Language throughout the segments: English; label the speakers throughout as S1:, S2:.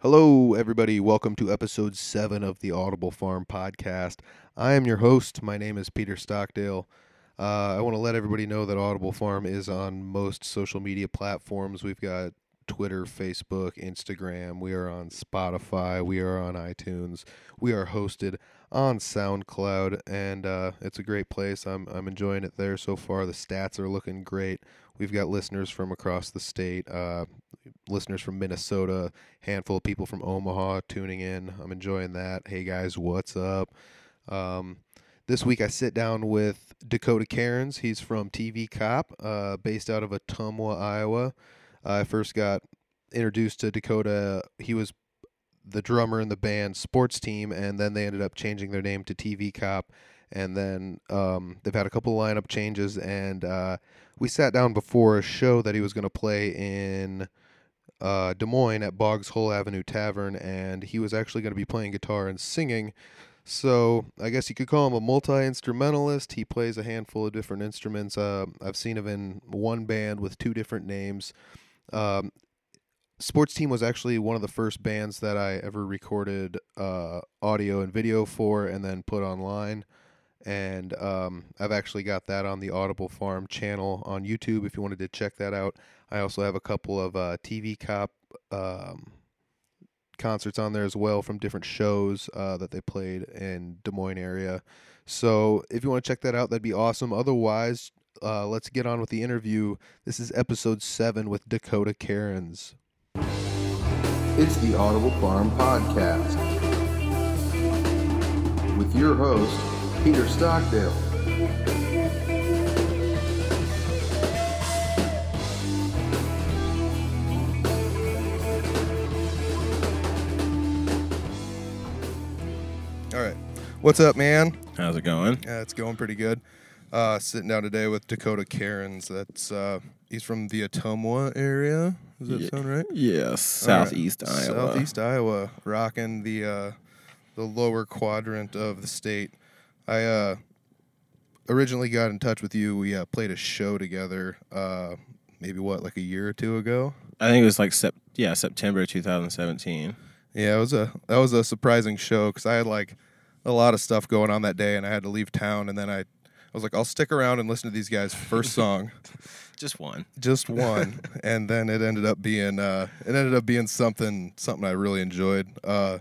S1: Hello, everybody. Welcome to episode seven of the Audible Farm podcast. I am your host. My name is Peter Stockdale. Uh, I want to let everybody know that Audible Farm is on most social media platforms. We've got Twitter, Facebook, Instagram. We are on Spotify. We are on iTunes. We are hosted on SoundCloud, and uh, it's a great place. I'm, I'm enjoying it there so far. The stats are looking great. We've got listeners from across the state, uh, listeners from Minnesota, handful of people from Omaha tuning in. I'm enjoying that. Hey guys, what's up? Um, this week I sit down with Dakota Cairns. He's from TV Cop, uh, based out of Ottumwa, Iowa. I first got introduced to Dakota. He was the drummer in the band Sports Team, and then they ended up changing their name to TV Cop. And then um, they've had a couple lineup changes, and uh, we sat down before a show that he was going to play in uh, Des Moines at Boggs Hole Avenue Tavern, and he was actually going to be playing guitar and singing. So I guess you could call him a multi instrumentalist. He plays a handful of different instruments. Uh, I've seen him in one band with two different names. Um, Sports Team was actually one of the first bands that I ever recorded uh, audio and video for and then put online. And um, I've actually got that on the Audible Farm channel on YouTube if you wanted to check that out. I also have a couple of uh, TV Cop um, concerts on there as well from different shows uh, that they played in Des Moines area. So if you want to check that out, that'd be awesome. Otherwise, uh, let's get on with the interview. This is episode seven with Dakota Cairns. It's the Audible Farm Podcast with your host, Peter Stockdale. All right. What's up, man?
S2: How's it going?
S1: Yeah, it's going pretty good. Uh, sitting down today with Dakota Cairns. That's uh, he's from the Ottumwa area. Does that
S2: Yeah.
S1: sound right?
S2: Yes, southeast
S1: All right.
S2: Iowa.
S1: Southeast Iowa, rocking the uh, the lower quadrant of the state. I uh, originally got in touch with you. We uh, played a show together. Uh, maybe what, like a year or two ago.
S2: I think it was like sep- yeah September 2017.
S1: Yeah, it was a that was a surprising show because I had like a lot of stuff going on that day, and I had to leave town. And then I, I was like, I'll stick around and listen to these guys' first song,
S2: Just one.
S1: just one. and then it ended up being uh, it ended up being something something I really enjoyed. Uh,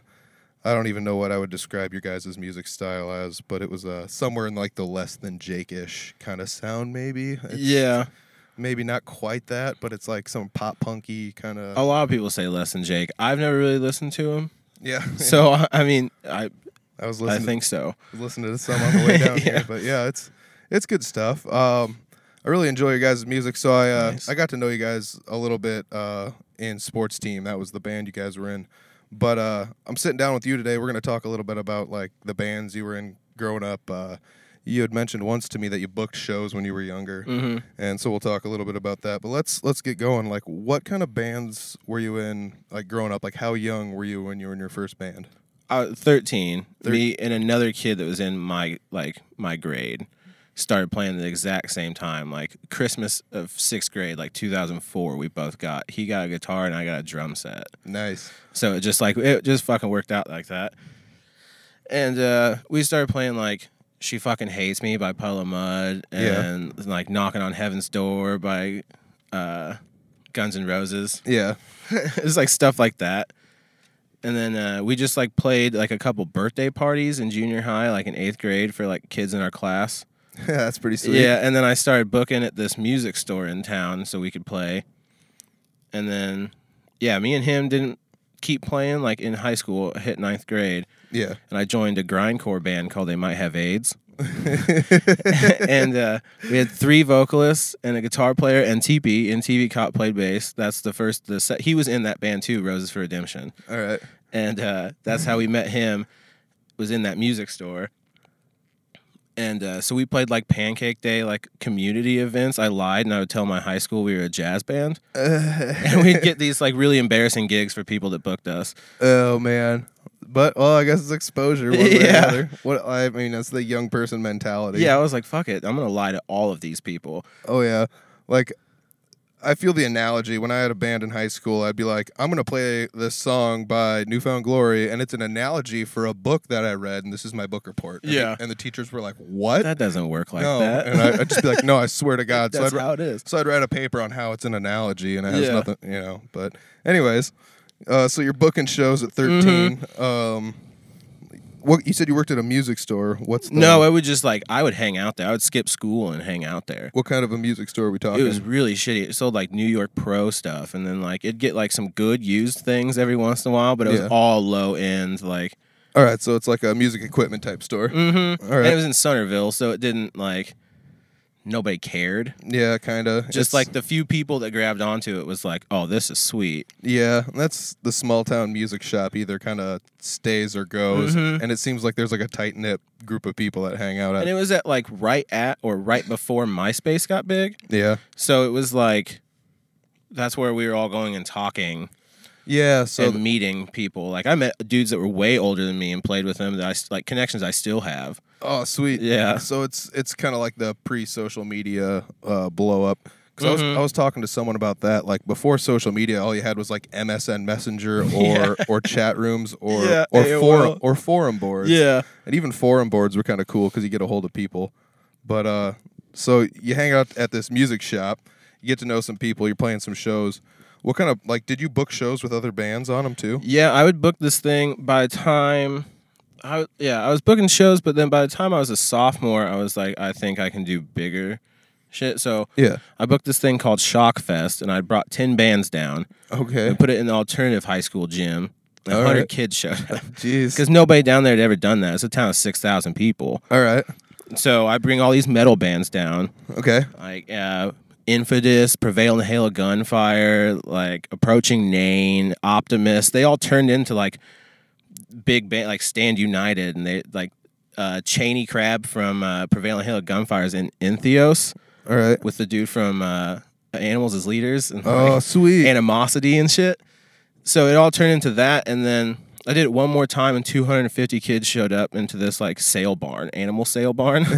S1: I don't even know what I would describe your guys' music style as, but it was uh, somewhere in like the less than Jake-ish kind of sound, maybe. It's
S2: yeah,
S1: maybe not quite that, but it's like some pop punky kind of.
S2: a lot of people say less than Jake. I've never really listened to him,
S1: yeah.
S2: so I- I mean, I
S1: I was
S2: I
S1: listening.
S2: think so.
S1: listening to some on the way down
S2: Yeah.
S1: here. But yeah, it's it's good stuff. Um, I really enjoy your guys' music. So I uh,
S2: Nice.
S1: I got to know you guys a little bit uh, in sports team. That was the band you guys were in. But uh, I'm sitting down with you today. We're gonna talk a little bit about like the bands you were in growing up. Uh, you had mentioned once to me that you booked shows when you were younger,
S2: hmm
S1: and so we'll talk a little bit about that. But let's let's get going. Like, what kind of bands were you in like growing up? Like, how young were you when you were in your first band?
S2: Uh, 13. Me and another kid that was in my like my grade started playing at the exact same time, like Christmas of sixth grade, like 2004. We both got he got a guitar and I got a drum set.
S1: Nice.
S2: So it just like it just fucking worked out like that. And uh, we started playing like "She Fucking Hates Me" by Puddle of Mud,
S1: Yeah.
S2: and like "Knocking on Heaven's Door" by uh, Guns N' Roses.
S1: Yeah.
S2: it was like stuff like that. And then uh, we just like played like a couple birthday parties in junior high, like in eighth grade, for like kids in our class.
S1: That's pretty sweet.
S2: Yeah, and then I started booking at this music store in town so we could play. And then, yeah, me and him didn't keep playing like in high school, hit ninth grade,
S1: Yeah.
S2: and I joined a grindcore band called They Might Have AIDS. and uh, we had three vocalists and a guitar player and TP and TV Cop played bass. That's the first the set. He was in that band too, Roses for Redemption,
S1: All right.
S2: and uh, that's how we met him. Was in that music store, and uh, so we played like Pancake Day, like community events. I lied and I would tell my high school we were a jazz band, and we'd get these like really embarrassing gigs for people that booked us.
S1: oh man. But well, I guess it's exposure. One way or
S2: Yeah.
S1: another. What I mean, that's the young person mentality.
S2: Yeah, I was like, fuck it, I'm gonna lie to all of these people.
S1: Oh yeah. Like I feel the analogy. When I had a band in high school, I'd be like, I'm going to play this song by Newfound Glory, and it's an analogy for a book that I read, and this is my book report. And the-
S2: Yeah.
S1: and the teachers were like, What?
S2: That doesn't work like
S1: no.
S2: that.
S1: And I, I'd just be like, No, I swear to God. so,
S2: That's
S1: I'd,
S2: how it is.
S1: so I'd write a paper on how it's an analogy, and it has
S2: Yeah.
S1: nothing, you know. But, anyways, uh, so you're booking shows at
S2: Mm-hmm.
S1: 13. Um, what You said you worked at a music store. What's the,
S2: No, I would just like I would hang out there. I would skip school and hang out there.
S1: What kind of a music store are we talking?
S2: It was really shitty. It sold like New York Pro stuff, and then like it'd get like some good used things every once in a while, but it was
S1: Yeah.
S2: all low end. Like,
S1: All right, so it's like a music equipment type store.
S2: mm-hmm.
S1: All right.
S2: and it was in Somerville, so it didn't like nobody cared.
S1: Yeah, kind of.
S2: Just like the few people that grabbed onto it was like, oh, this is sweet.
S1: yeah, that's the small town music shop either kind of stays or goes,
S2: Mhm.
S1: and it seems like there's like a tight knit group of people that hang out at.
S2: And it was at like right at or right before MySpace got big,
S1: yeah,
S2: so it was like that's where we were all going and talking.
S1: yeah. So
S2: and meeting people. Like I met dudes that were way older than me and played with them that I s- like connections I still have.
S1: oh sweet.
S2: Yeah.
S1: So it's it's kind of like the pre social media uh, blow up. Because I was
S2: Mhm.
S1: I was talking to someone about that. Like before social media, all you had was like MSN Messenger or
S2: Yeah.
S1: or chat rooms or
S2: Yeah,
S1: or
S2: AOL.
S1: forum or forum boards. and even forum boards were kind of cool because you get a hold of people. But uh, so you hang out at this music shop, you get to know some people, you're playing some shows. What kind of like did you book shows with other bands on them too?
S2: Yeah, I would book this thing by the time I w- yeah, I was booking shows, but then by the time I was a sophomore, I was like, I think I can do bigger shit. So
S1: Yeah.
S2: I booked this thing called Shock Fest and I brought ten bands down
S1: Okay.
S2: and put it in the alternative high school gym. And
S1: All
S2: hundred
S1: right.
S2: kids showed up.
S1: Jeez.
S2: Because nobody down there had ever done that. It's a town of six thousand people.
S1: All right.
S2: So I bring all these metal bands down.
S1: Okay.
S2: like uh Infidus, Prevail in the Hail of Gunfire, like Approaching Nain, Optimus, they all turned into like big band like Stand United and they like uh Cheney Crab from uh Prevail in the Hail of Gunfire is in Entheos
S1: All right.
S2: with the dude from uh Animals as Leaders and
S1: Oh,
S2: like,
S1: sweet.
S2: animosity and shit. So it all turned into that and then I did it one more time and 250 kids showed up into this like sale barn, animal sale barn.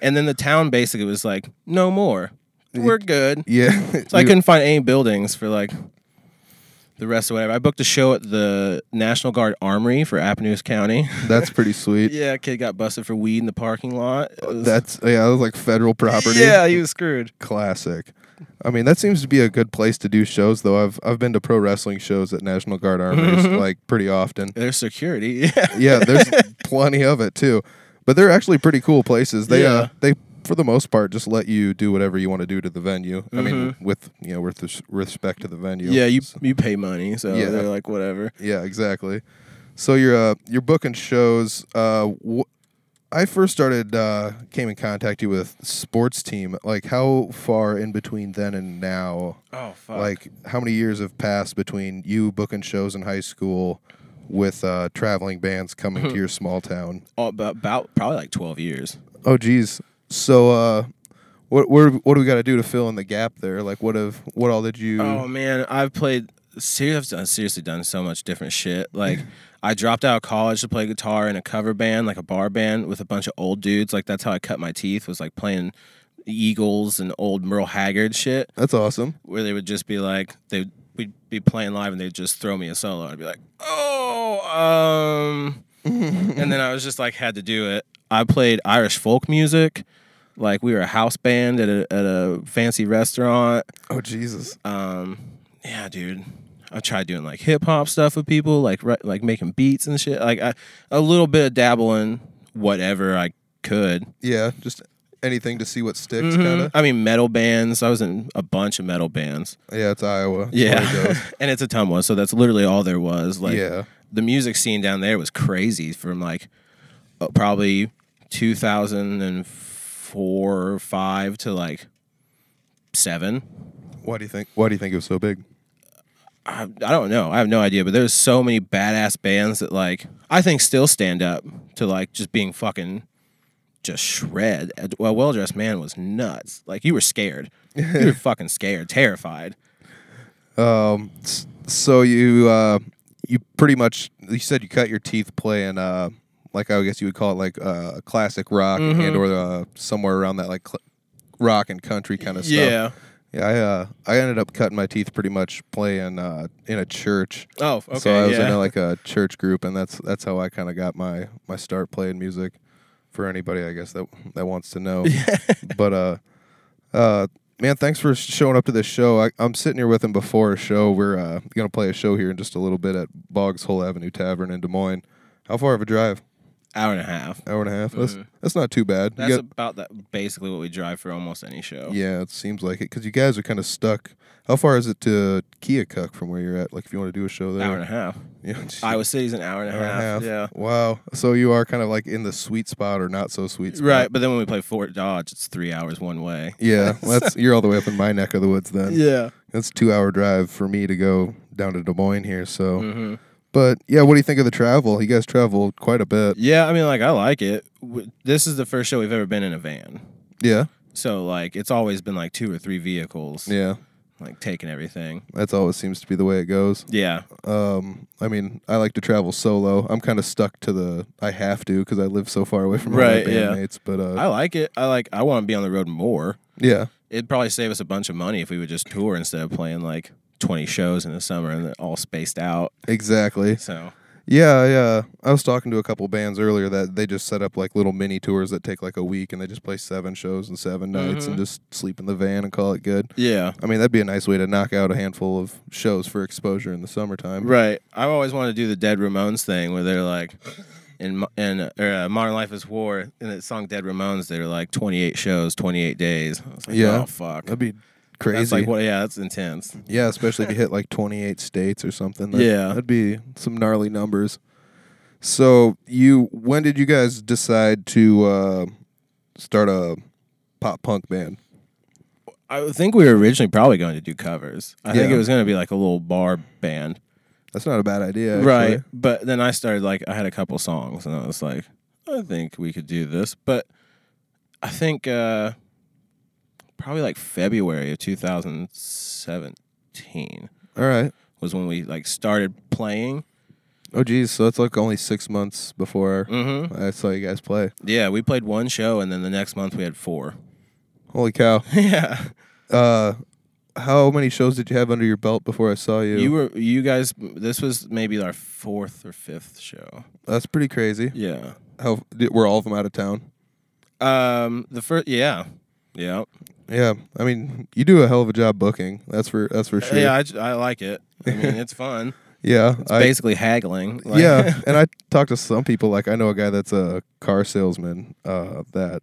S2: And then the town basically was like, no more. We're good.
S1: yeah.
S2: So I couldn't find any buildings for like the rest of whatever. I booked a show at the National Guard Armory for Appanoose County.
S1: That's pretty sweet.
S2: yeah, kid got busted for weed in the parking lot. It was-
S1: That's yeah, that was like federal property.
S2: Yeah, he was screwed.
S1: Classic. I mean, that seems to be a good place to do shows though. I've I've been to pro wrestling shows at National Guard Armories like pretty often.
S2: Their security. Yeah.
S1: yeah, there's plenty of it too. But they're actually pretty cool places. They uh,
S2: Yeah.
S1: they for the most part just let you do whatever you want to do to the venue. I mean, with you know, with res- respect to the venue.
S2: Mm-hmm. Yeah, you
S1: So-
S2: you pay money, so
S1: Yeah.
S2: they're like whatever.
S1: yeah, exactly. So you're uh, you're booking shows. Uh, wh- I first started uh, came in contact you with sports team. Like how far in between then and now?
S2: Oh fuck.
S1: Like how many years have passed between you booking shows in high school with uh, traveling bands coming to your small town?
S2: about, about probably like 12 years.
S1: Oh geez. So uh what where, what do we got to do to fill in the gap there? Like what have what all did you
S2: Oh man, I've played. Seriously, I've done, seriously done so much different shit. Like, I dropped out of college to play guitar in a cover band, like a bar band, with a bunch of old dudes. Like that's how I cut my teeth. Was like playing Eagles and old Merle Haggard shit,
S1: That's awesome.
S2: where they would just be like, they we'd be playing live and they'd just throw me a solo. I'd be like, oh, um, and then I was just like had to do it. I played Irish folk music. Like we were a house band at a, at a fancy restaurant.
S1: Oh Jesus.
S2: Um, yeah, dude. I tried doing like hip hop stuff with people, like ri- like making beats and shit. Like I, a little bit of dabbling, whatever I could.
S1: Yeah, just anything to see what sticks kind of.
S2: I mean, metal bands. I was in a bunch of metal bands.
S1: Yeah, it's Iowa. That's where it
S2: Yeah,
S1: goes.
S2: and it's a Ottumwa, so that's literally all there was. Like,
S1: yeah.
S2: the music scene down there was crazy from like uh, probably 2004 or five to like seven.
S1: Why do you think why do you think it was so big?
S2: I, I don't know. I have no idea, but there's so many badass bands that like I think still stand up to like just being fucking just shred. A well well dressed man was nuts. Like you were scared. you were fucking scared, terrified.
S1: Um s- so you uh you pretty much you said you cut your teeth playing uh like I guess you would call it like uh classic rock and or uh, somewhere around that like cl- rock and country kind of stuff. Yeah, I uh, I ended up cutting my teeth pretty much playing uh, in a church.
S2: Oh, okay.
S1: so I was
S2: yeah.
S1: in a, like a church group, and that's that's how I kind of got my my start playing music. For anybody, I guess that that wants to know. but uh, uh, man, thanks for showing up to this show. I, I'm sitting here with him before a show. We're uh, gonna play a show here in just a little bit at Boggs Hole Avenue Tavern in Des Moines. How far of a drive?
S2: hour and a half.
S1: Hour and a half. That's
S2: Mhm.
S1: that's not too bad. You
S2: That's
S1: got-
S2: about that. Basically, what we drive for almost any show.
S1: Yeah, it seems like it because you guys are kind of stuck. How far is it to Keokuk from where you're at? Like, if you want to do a show there,
S2: Hour and a half.
S1: yeah, geez,
S2: Iowa City's an hour and a
S1: hour and
S2: half. Yeah.
S1: Wow. So you are kind of like in the sweet spot or not so sweet spot.
S2: Right, but then when we play Fort Dodge, it's three hours one way.
S1: Yeah. well, that's you're all the way up in my neck of the woods then.
S2: Yeah.
S1: That's a two hour drive for me to go down to Des Moines here. So,
S2: hmm
S1: but yeah, what do you think of the travel? You guys traveled quite a bit.
S2: Yeah, I mean, like I like it. W- This is the first show we've ever been in a van,
S1: Yeah.
S2: so like it's always been like two or three vehicles,
S1: Yeah.
S2: like taking everything.
S1: That's always seems to be the way it goes.
S2: Yeah,
S1: Um, I mean, I like to travel solo. I'm kind of stuck to the I have to because I live so far away from all
S2: Right,
S1: my
S2: yeah.
S1: bandmates. But uh,
S2: I like it. I like. I want to be on the road more.
S1: yeah,
S2: It'd probably save us a bunch of money if we would just tour instead of playing like twenty shows in the summer and they're all spaced out.
S1: exactly.
S2: So
S1: Yeah, yeah. I was talking to a couple bands earlier that they just set up like little mini tours that take like a week, and they just play seven shows in 7 nights
S2: Mm-hmm.
S1: and just sleep in the van and call it good.
S2: yeah,
S1: I mean, that'd be a nice way to knock out a handful of shows for exposure in the summertime.
S2: right. I always wanted to do the Dead Ramones thing where they're like. In, mo- in uh, or, uh, Modern Life is War, in the song Dead Ramones, they're like 28 shows, 28 days. I was like,
S1: Yeah.
S2: oh, fuck.
S1: That'd be
S2: That's
S1: crazy.
S2: like, what? Yeah, that's intense.
S1: Yeah, especially if you hit like 28 states or something. That,
S2: Yeah.
S1: That'd be some gnarly numbers. So, you when did you guys decide to uh, start a pop punk band?
S2: I think we were originally probably going to do covers. I think
S1: Yeah.
S2: it was going to be like a little bar band,
S1: That's not a bad idea. actually.
S2: right? But then I started like I had a couple songs, and I was like, I think we could do this. But I think uh, probably like February of 2017
S1: All right.
S2: was when we like started playing.
S1: Oh, geez. So, that's like only six months before
S2: Mm-hmm.
S1: I saw you guys play.
S2: Yeah, we played one show, and then the next month we had four.
S1: Holy cow.
S2: yeah,
S1: Uh, how many shows did you have under your belt before I saw you?
S2: you were you guys. This was maybe our fourth or fifth show.
S1: that's pretty crazy.
S2: Yeah.
S1: How did, were all of them out of town?
S2: Um, the first, yeah, yeah,
S1: Yeah, I mean, you do a hell of a job booking. That's for that's for sure.
S2: Uh, yeah. I, j- I like it. I mean, it's fun.
S1: yeah
S2: It's
S1: I-
S2: basically haggling. like-
S1: yeah, and I talked to some people. Like I know a guy that's a car salesman uh, that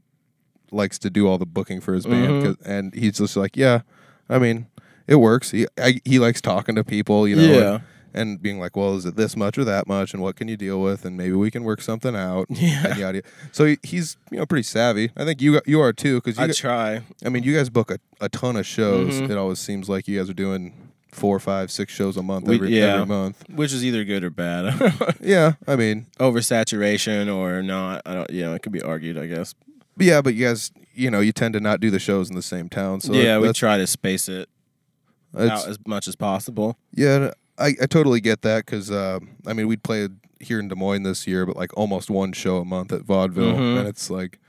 S1: likes to do all the booking for his band,
S2: Mm-hmm.
S1: 'cause- and he's just like, yeah, I mean, it works. He I, he likes talking to people, you know,
S2: Yeah.
S1: and, and being like, well, is it this much or that much, and what can you deal with, and maybe we can work something out.
S2: Yeah.
S1: and yada. yada. So he, he's you know pretty savvy. I think you you are too, because
S2: I Mm-hmm.
S1: you.
S2: try.
S1: I mean, you guys book a, a ton of shows. It always seems like you guys are doing four, five, six shows a month
S2: We-
S1: every,
S2: yeah.
S1: every month.
S2: Which is either good or bad.
S1: Yeah, I mean,
S2: Oversaturation or not. I don't, you know, it could be argued, I guess.
S1: but yeah, but you guys, you know, you tend to not do the shows in the same town. So
S2: yeah,
S1: that-
S2: we
S1: that's-
S2: try to space it
S1: that's-
S2: out as much as possible.
S1: Yeah, I, I totally get that because I mean we played here in Des Moines this year, but like almost one show a month at Vaudeville,
S2: Mhm.
S1: and it's like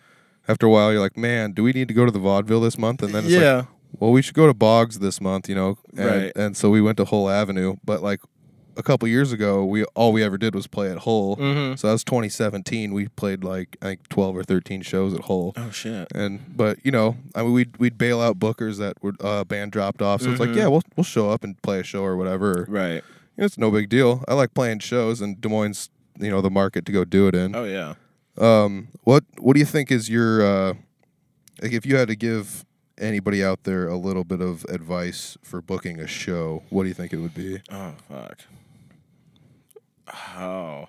S1: after a while you're like, man, do we need to go to the Vaudeville this month? And then it's like,
S2: yeah.
S1: well, we should go to Boggs this month, you know? And,
S2: Right.
S1: And so we went to Hull Avenue, but like a couple years ago, we all we ever did was play at Hull.
S2: Mhm.
S1: So that was 2017. We played like I think 12 or 13 shows at Hull.
S2: oh shit.
S1: And but you know, I mean, we'd we'd bail out bookers that were uh, band dropped off. So it's like,
S2: Mhm.
S1: yeah, we'll we'll show up and play a show or whatever. or-
S2: Right.
S1: you know, it's no big deal. I like playing shows, and Des Moines, you know, the market to go do it in.
S2: Oh yeah.
S1: Um, what what do you think is your uh, like if you had to give anybody out there a little bit of advice for booking a show? What do you think it would be?
S2: Oh fuck. Oh.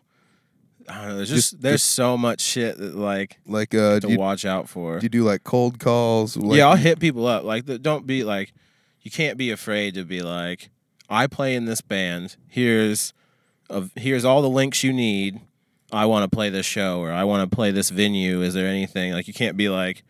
S2: I don't know. There's just,
S1: Just-
S2: there's so much shit that like
S1: Like, uh,
S2: to
S1: do you,
S2: watch out for.
S1: do you do like cold calls? Like,
S2: yeah, I'll hit people up. Like, the, don't be like, you can't be afraid to be like, I play in this band. Here's, of here's all the links you need. I want to play this show or I want to play this venue. Is there anything like you can't be like,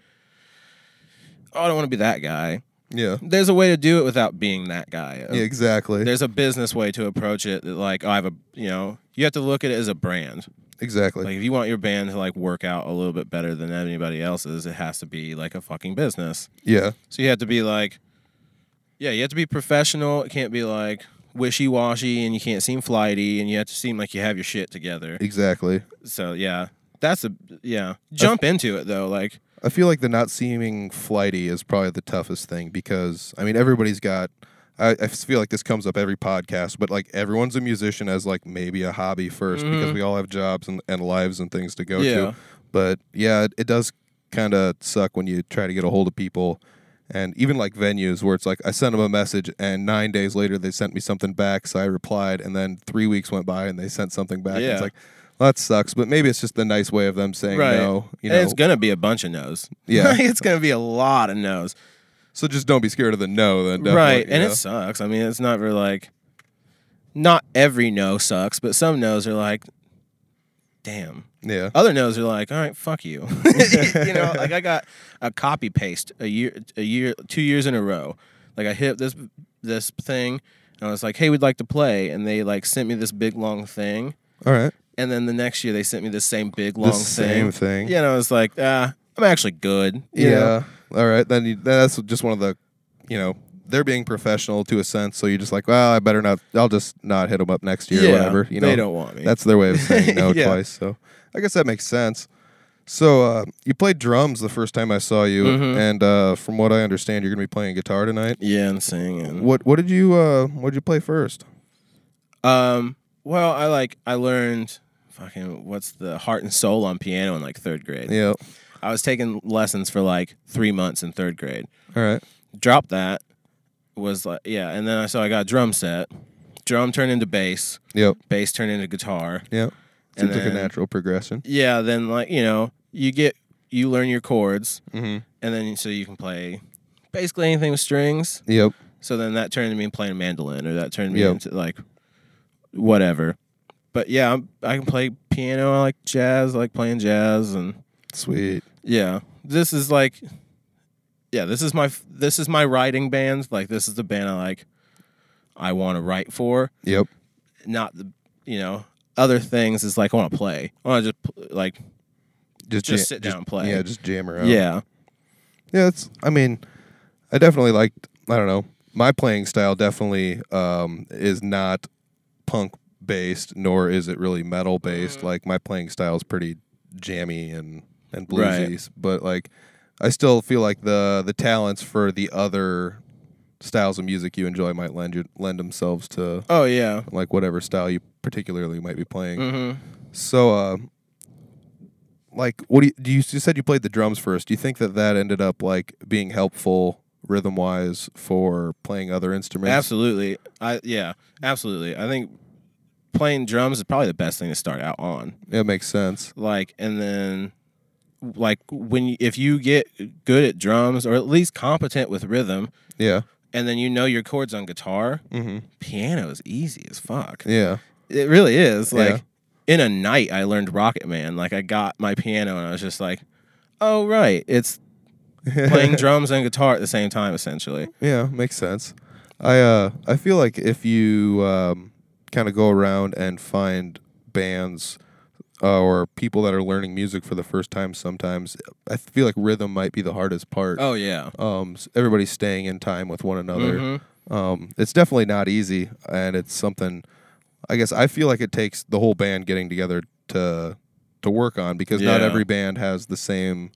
S2: oh, I don't want to be that guy.
S1: yeah,
S2: There's a way to do it without being that guy.
S1: yeah, exactly,
S2: There's a business way to approach it that like I have a you know you have to look at it as a brand.
S1: exactly.
S2: Like if you want your band to like work out a little bit better than anybody else's, it has to be like a fucking business.
S1: yeah,
S2: So you have to be like, Yeah, you have to be professional. It can't be like wishy washy and you can't seem flighty and you have to seem like you have your shit together.
S1: Exactly.
S2: So yeah. That's a yeah. Jump into it though. Like
S1: I feel like the not seeming flighty is probably the toughest thing because I mean everybody's got. I, I feel like this comes up every podcast, but like everyone's a musician as like maybe a hobby 1st because
S2: Mhm.
S1: we all have jobs and, and lives and things to go
S2: Yeah.
S1: to. But yeah, it, it does kind of suck when you try to get a hold of people. And even like venues where it's like I sent them a message and nine days later they sent me something back, so I replied, and then three weeks went by and they sent something back. And it's
S2: Yeah.
S1: like well, that sucks, but maybe it's just the nice way of them saying
S2: Right.
S1: no. You know,
S2: and it's gonna be a bunch of no's.
S1: Yeah.
S2: it's gonna be a lot of no's.
S1: So just don't be scared of the no, then. Definitely,
S2: right.
S1: you
S2: And
S1: know?
S2: it sucks. I mean, it's not really like not every no sucks, but some no's are like damn.
S1: yeah,
S2: Other no's are like, all right, fuck you. you know, like I got a copy paste a year, a year, two years in a row. Like I hit this this thing, and I was like, hey, we'd like to play, and they like sent me this big long thing,
S1: all right,
S2: and then the next year they sent me the same big long
S1: the same thing.
S2: Yeah, and I was like, ah, I'm actually good. you know?
S1: yeah. All right, then you, that's just one of the, you know, they're being professional to a sense. So you're just like, well, I better not. I'll just not hit them up next year, or
S2: Yeah,
S1: whatever. You know,
S2: they don't want me.
S1: that's their way of saying no
S2: Yeah.
S1: twice. So I guess that makes sense. So uh, you played drums the first time I saw you,
S2: Mhm.
S1: and uh, from what I understand, you're going to be playing guitar tonight.
S2: yeah, and singing.
S1: What What did you uh, What did you play first?
S2: Um, well, I like I learned fucking what's the heart and soul on piano in like third grade.
S1: Yeah.
S2: I was taking lessons for like three months in third grade.
S1: All right.
S2: dropped that was like yeah and then i so i got a drum set drum turned into bass
S1: Yep.
S2: bass turned into guitar
S1: Yep.
S2: And
S1: Seems like a
S2: then-
S1: natural progression.
S2: yeah then like you know you get you learn your chords
S1: Mm-hmm.
S2: and then so you can play basically anything with strings
S1: Yep.
S2: so then that turned me into playing mandolin or that turned me
S1: Yep.
S2: into like whatever but yeah I'm, i can play piano i like jazz i like playing jazz and
S1: Sweet.
S2: Yeah, this is like, yeah, this is my this is my writing band. Like, this is the band I like. I want to write for,
S1: Yep.
S2: not the you know other things. Is like I want to play. I want to just pl- like Just sit down and play.
S1: Yeah, just jam around.
S2: yeah,
S1: Yeah, it's I mean, I definitely liked I don't know. My playing style definitely um is not punk based nor is it really metal based. Like my playing style is pretty jammy and and
S2: Right.
S1: bluesy, but like I still feel like the the talents for the other styles of music you enjoy might lend you, lend themselves to
S2: oh yeah,
S1: like whatever style you particularly might be playing.
S2: hmm
S1: So, uh, like, what do you, do you, you said you played the drums first? Do you think that that ended up like being helpful rhythm wise for playing other instruments?
S2: absolutely. I yeah, absolutely. I think playing drums is probably the best thing to start out on.
S1: It makes sense.
S2: like and then like when you, if you get good at drums or at least competent with rhythm
S1: Yeah.
S2: and then you know your chords on guitar
S1: Mm-hmm.
S2: piano is easy as fuck
S1: Yeah.
S2: it really is
S1: Yeah.
S2: like in a night i learned rocket man like i got my piano and i was just like oh right it's playing drums and guitar at the same time essentially
S1: Yeah, makes sense. I uh I feel like if you um, kind of go around and find bands uh, or people that are learning music for the first time, sometimes I feel like rhythm might be the hardest part.
S2: oh yeah
S1: Um, s- everybody's staying in time with one another.
S2: Mhm.
S1: Um, it's definitely not easy, and it's something. I guess I feel like it takes the whole band getting together to to work on because not
S2: Yeah.
S1: every band has the same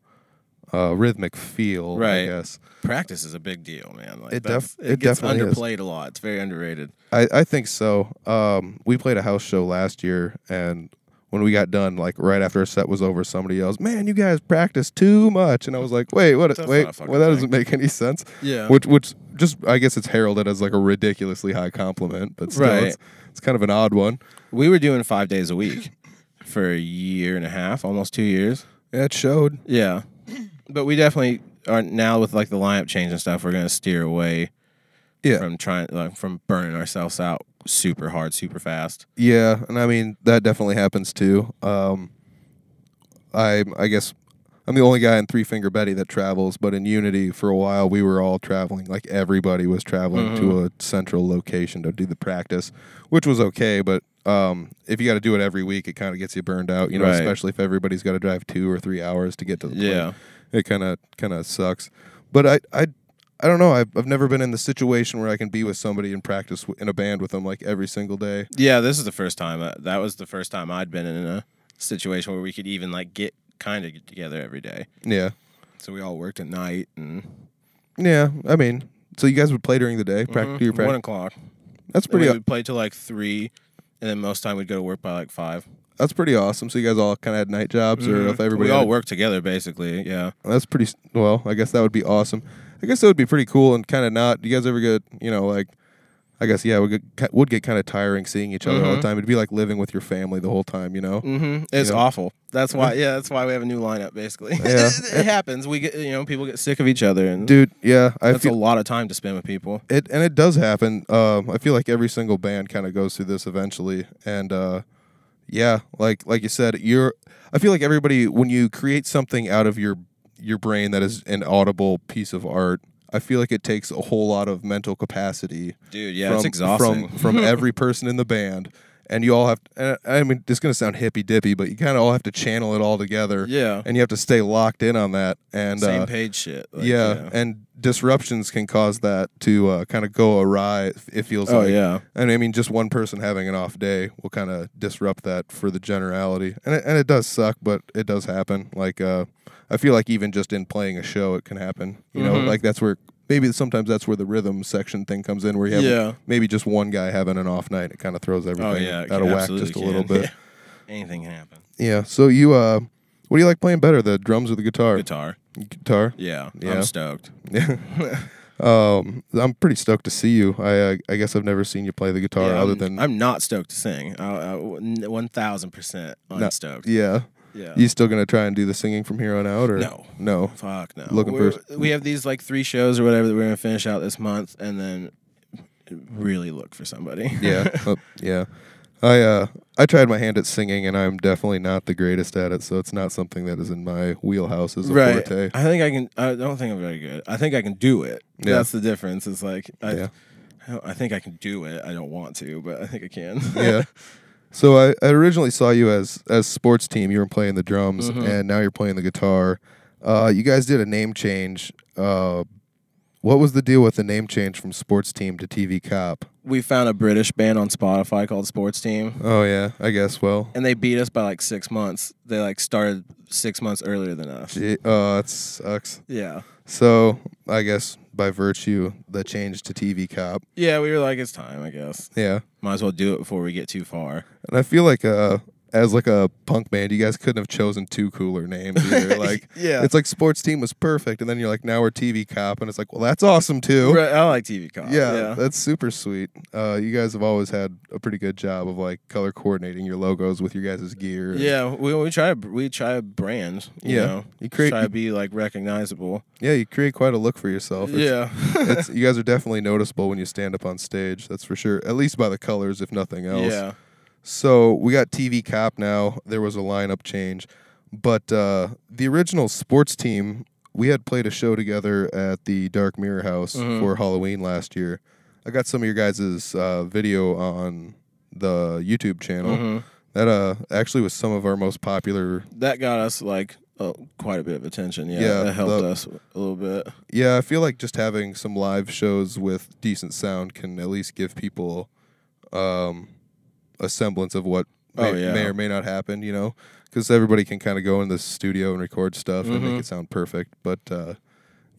S1: uh, rhythmic feel. I
S2: Right.
S1: guess
S2: practice is a big deal man like
S1: It
S2: that's-
S1: def- it
S2: gets
S1: definitely is.
S2: underplayed a lot it's very underrated
S1: I, I think so. Um, we played a house show last year, and when we got done, like right after a set was over, somebody yells, "Man, you guys practice too much!" And I was like, "Wait, what?
S2: That's
S1: wait,
S2: not a fucking
S1: well, that
S2: thing."
S1: doesn't make any sense."
S2: yeah
S1: which which just I guess it's heralded as like a ridiculously high compliment, but still,
S2: Right.
S1: it's, it's kind of an odd one.
S2: We were doing five days a week for a year and a half, almost two years.
S1: Yeah, it showed.
S2: Yeah. But we definitely are now with like the lineup change and stuff, we're gonna steer away
S1: Yeah.
S2: from trying like from burning ourselves out super hard, super fast.
S1: Yeah, and I mean that definitely happens too. Um, I I guess I'm the only guy in Three Finger Betty that travels, but in Unity for a while we were all traveling. Like everybody was traveling to a central location to do the practice, which was okay. But um, if you got to do it every week, it kind of gets you burned out, you know.
S2: Right.
S1: Especially if everybody's got to drive two or three hours to get to the place.
S2: Yeah.
S1: it kind of kind of sucks. But I I I don't know. I've, I've never been in the situation where I can be with somebody and practice w- in a band with them like every single day.
S2: Yeah, this is the first time. Uh, that was the first time I'd been in a situation where we could even like get kind of together every day.
S1: Yeah.
S2: So we all worked at night and
S1: Yeah. I mean, so you guys would play during the day, practice, do your
S2: Mm-hmm. one
S1: practice.
S2: o'clock.
S1: That's
S2: Pretty.
S1: pretty.
S2: We would play till like three, and then most time we'd go to work by like five.
S1: That's pretty awesome. So you guys all kind of had night jobs, or if everybody
S2: Mm-hmm. we
S1: had
S2: all
S1: a-
S2: worked together basically. Yeah.
S1: That's pretty s- well. I guess that would be awesome. I guess that would be pretty cool and kind of not. You guys ever get you know like, I guess yeah, would get, ki- would get kind of tiring seeing each other all the time. It'd be like living with your family the whole time, you know.
S2: Mm-hmm. It's
S1: Yeah.
S2: awful. That's why. Yeah, that's why we have a new lineup. Basically,
S1: Yeah.
S2: it happens. We get you know people get sick of each other, and
S1: Dude, yeah, I
S2: that's a
S1: feel
S2: lot of time to spend with people.
S1: it, and it does happen. Um, I feel like every single band kind of goes through this eventually, and uh, yeah, like like you said, you're. I feel like everybody when you create something out of your your brain that is an audible piece of art. I feel like it takes a whole lot of mental capacity
S2: Dude, yeah,
S1: from,
S2: it's exhausting.
S1: From from every person in the band, and you all have. And I I mean, it's gonna sound hippy dippy, but you kind of all have to channel it all together,
S2: yeah,
S1: and you have to stay locked in on that. And
S2: same
S1: uh,
S2: page shit. Like,
S1: yeah, and disruptions can cause that to uh, kind of go awry. It, it feels
S2: Oh
S1: like.
S2: yeah.
S1: And I mean, just one person having an off day will kind of disrupt that for the generality, and it, and it does suck, but it does happen. Like, uh, I feel like even just in playing a show, it can happen. You know,
S2: Mhm.
S1: like that's where maybe sometimes that's where the rhythm section thing comes in, where you have
S2: Yeah.
S1: maybe just one guy having an off night, it kind of throws everything
S2: Oh yeah. it
S1: out of whack
S2: absolutely
S1: just a little
S2: can.
S1: bit.
S2: Anything can happen.
S1: Yeah. So you, uh, what do you like playing better, the drums or the guitar?
S2: Guitar.
S1: guitar.
S2: Yeah.
S1: Yeah.
S2: I'm stoked.
S1: Yeah. um, I'm pretty stoked to see you. I uh, I guess I've never seen you play the guitar
S2: Yeah,
S1: other
S2: I'm,
S1: than
S2: I'm not stoked to sing. I, I, One thousand percent unstoked.
S1: yeah.
S2: Yeah.
S1: You still gonna try and do the singing from here on out, or
S2: No.
S1: no?
S2: Fuck no.
S1: Looking
S2: We're-
S1: for-
S2: We have these like three shows or whatever that we're gonna finish out this month, and then really look for somebody.
S1: Yeah, Uh, yeah. I uh, I tried my hand at singing, and I'm definitely not the greatest at it, so it's not something that is in my wheelhouse as a
S2: right.
S1: forte.
S2: I think I can. I don't think I'm very good. I think I can do it.
S1: Yeah.
S2: That's the difference. It's like I,
S1: Yeah.
S2: I don't- I think I can do it. I don't want to, but I think I can.
S1: yeah. So I, I originally saw you as as sports team. You were playing the drums,
S2: Mm-hmm.
S1: and now you're playing the guitar. Uh, you guys did a name change. Uh, what was the deal with the name change from sports team to TV Cop?
S2: we found a British band on Spotify called Sports Team,
S1: Oh yeah, I guess. Well,
S2: and they beat us by like six months. They like started six months earlier than us.
S1: gee, uh, that sucks.
S2: Yeah.
S1: So I guess by virtue the change to TV Cop.
S2: Yeah, we were like, it's time, I guess.
S1: Yeah,
S2: Might as well do it before we get too far.
S1: and I feel like uh. As like a punk band, you guys couldn't have chosen two cooler names either. Like,
S2: Yeah.
S1: it's like sports team was perfect, and then you're like, now we're TV cop, and it's like, well, that's awesome too.
S2: Right, I like TV Cop.
S1: Yeah, that's super sweet. Uh, you guys have always had a pretty good job of like color coordinating your logos with your guys' gear.
S2: Yeah, we, we try to we try to brand. You
S1: Yeah.
S2: know,
S1: You create-
S2: try to be like recognizable.
S1: yeah, you create quite a look for yourself. It's-
S2: yeah,
S1: it's, you guys are definitely noticeable when you stand up on stage. That's for sure. At least by the colors, if nothing else.
S2: yeah.
S1: So we got TV Cop now. There was a lineup change, but uh, the original sports team we had played a show together at the Dark Mirror House for Halloween last year. I got some of your guys' uh, video on the YouTube channel.
S2: Mm-hmm.
S1: That uh, actually was some of our most popular.
S2: That got us like oh, quite a bit of attention. Yeah,
S1: Yeah,
S2: that helped
S1: the-
S2: us a little bit.
S1: Yeah, I feel like just having some live shows with decent sound can at least give people um, a semblance of what may,
S2: Oh, yeah.
S1: may or may not happen, you know, because everybody can kind of go in the studio and record stuff and
S2: Mm-hmm.
S1: make it sound perfect. But, uh,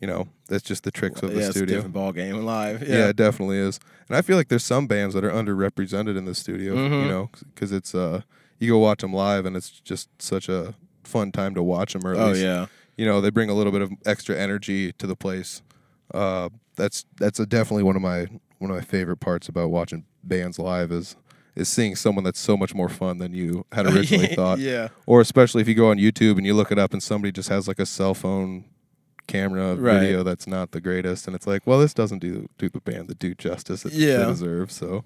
S1: you know, that's just the tricks of
S2: yeah,
S1: the
S2: it's a
S1: studio.
S2: different ball game live.
S1: yeah.
S2: Yeah,
S1: it definitely is. And I feel like there's some bands that are underrepresented in the studio,
S2: Mm-hmm.
S1: you know, because it's, uh, you go watch them live and it's just such a fun time to watch them or at
S2: oh
S1: least
S2: yeah,
S1: you know they bring a little bit of extra energy to the place. Uh, that's that's a definitely one of my one of my favorite parts about watching bands live is is seeing someone that's so much more fun than you had originally thought.
S2: yeah.
S1: Or especially if you go on YouTube and you look it up and somebody just has like a cell phone camera
S2: Right.
S1: video that's not the greatest, and it's like, well, this doesn't do do the band the due justice that they
S2: Yeah.
S1: deserve. So,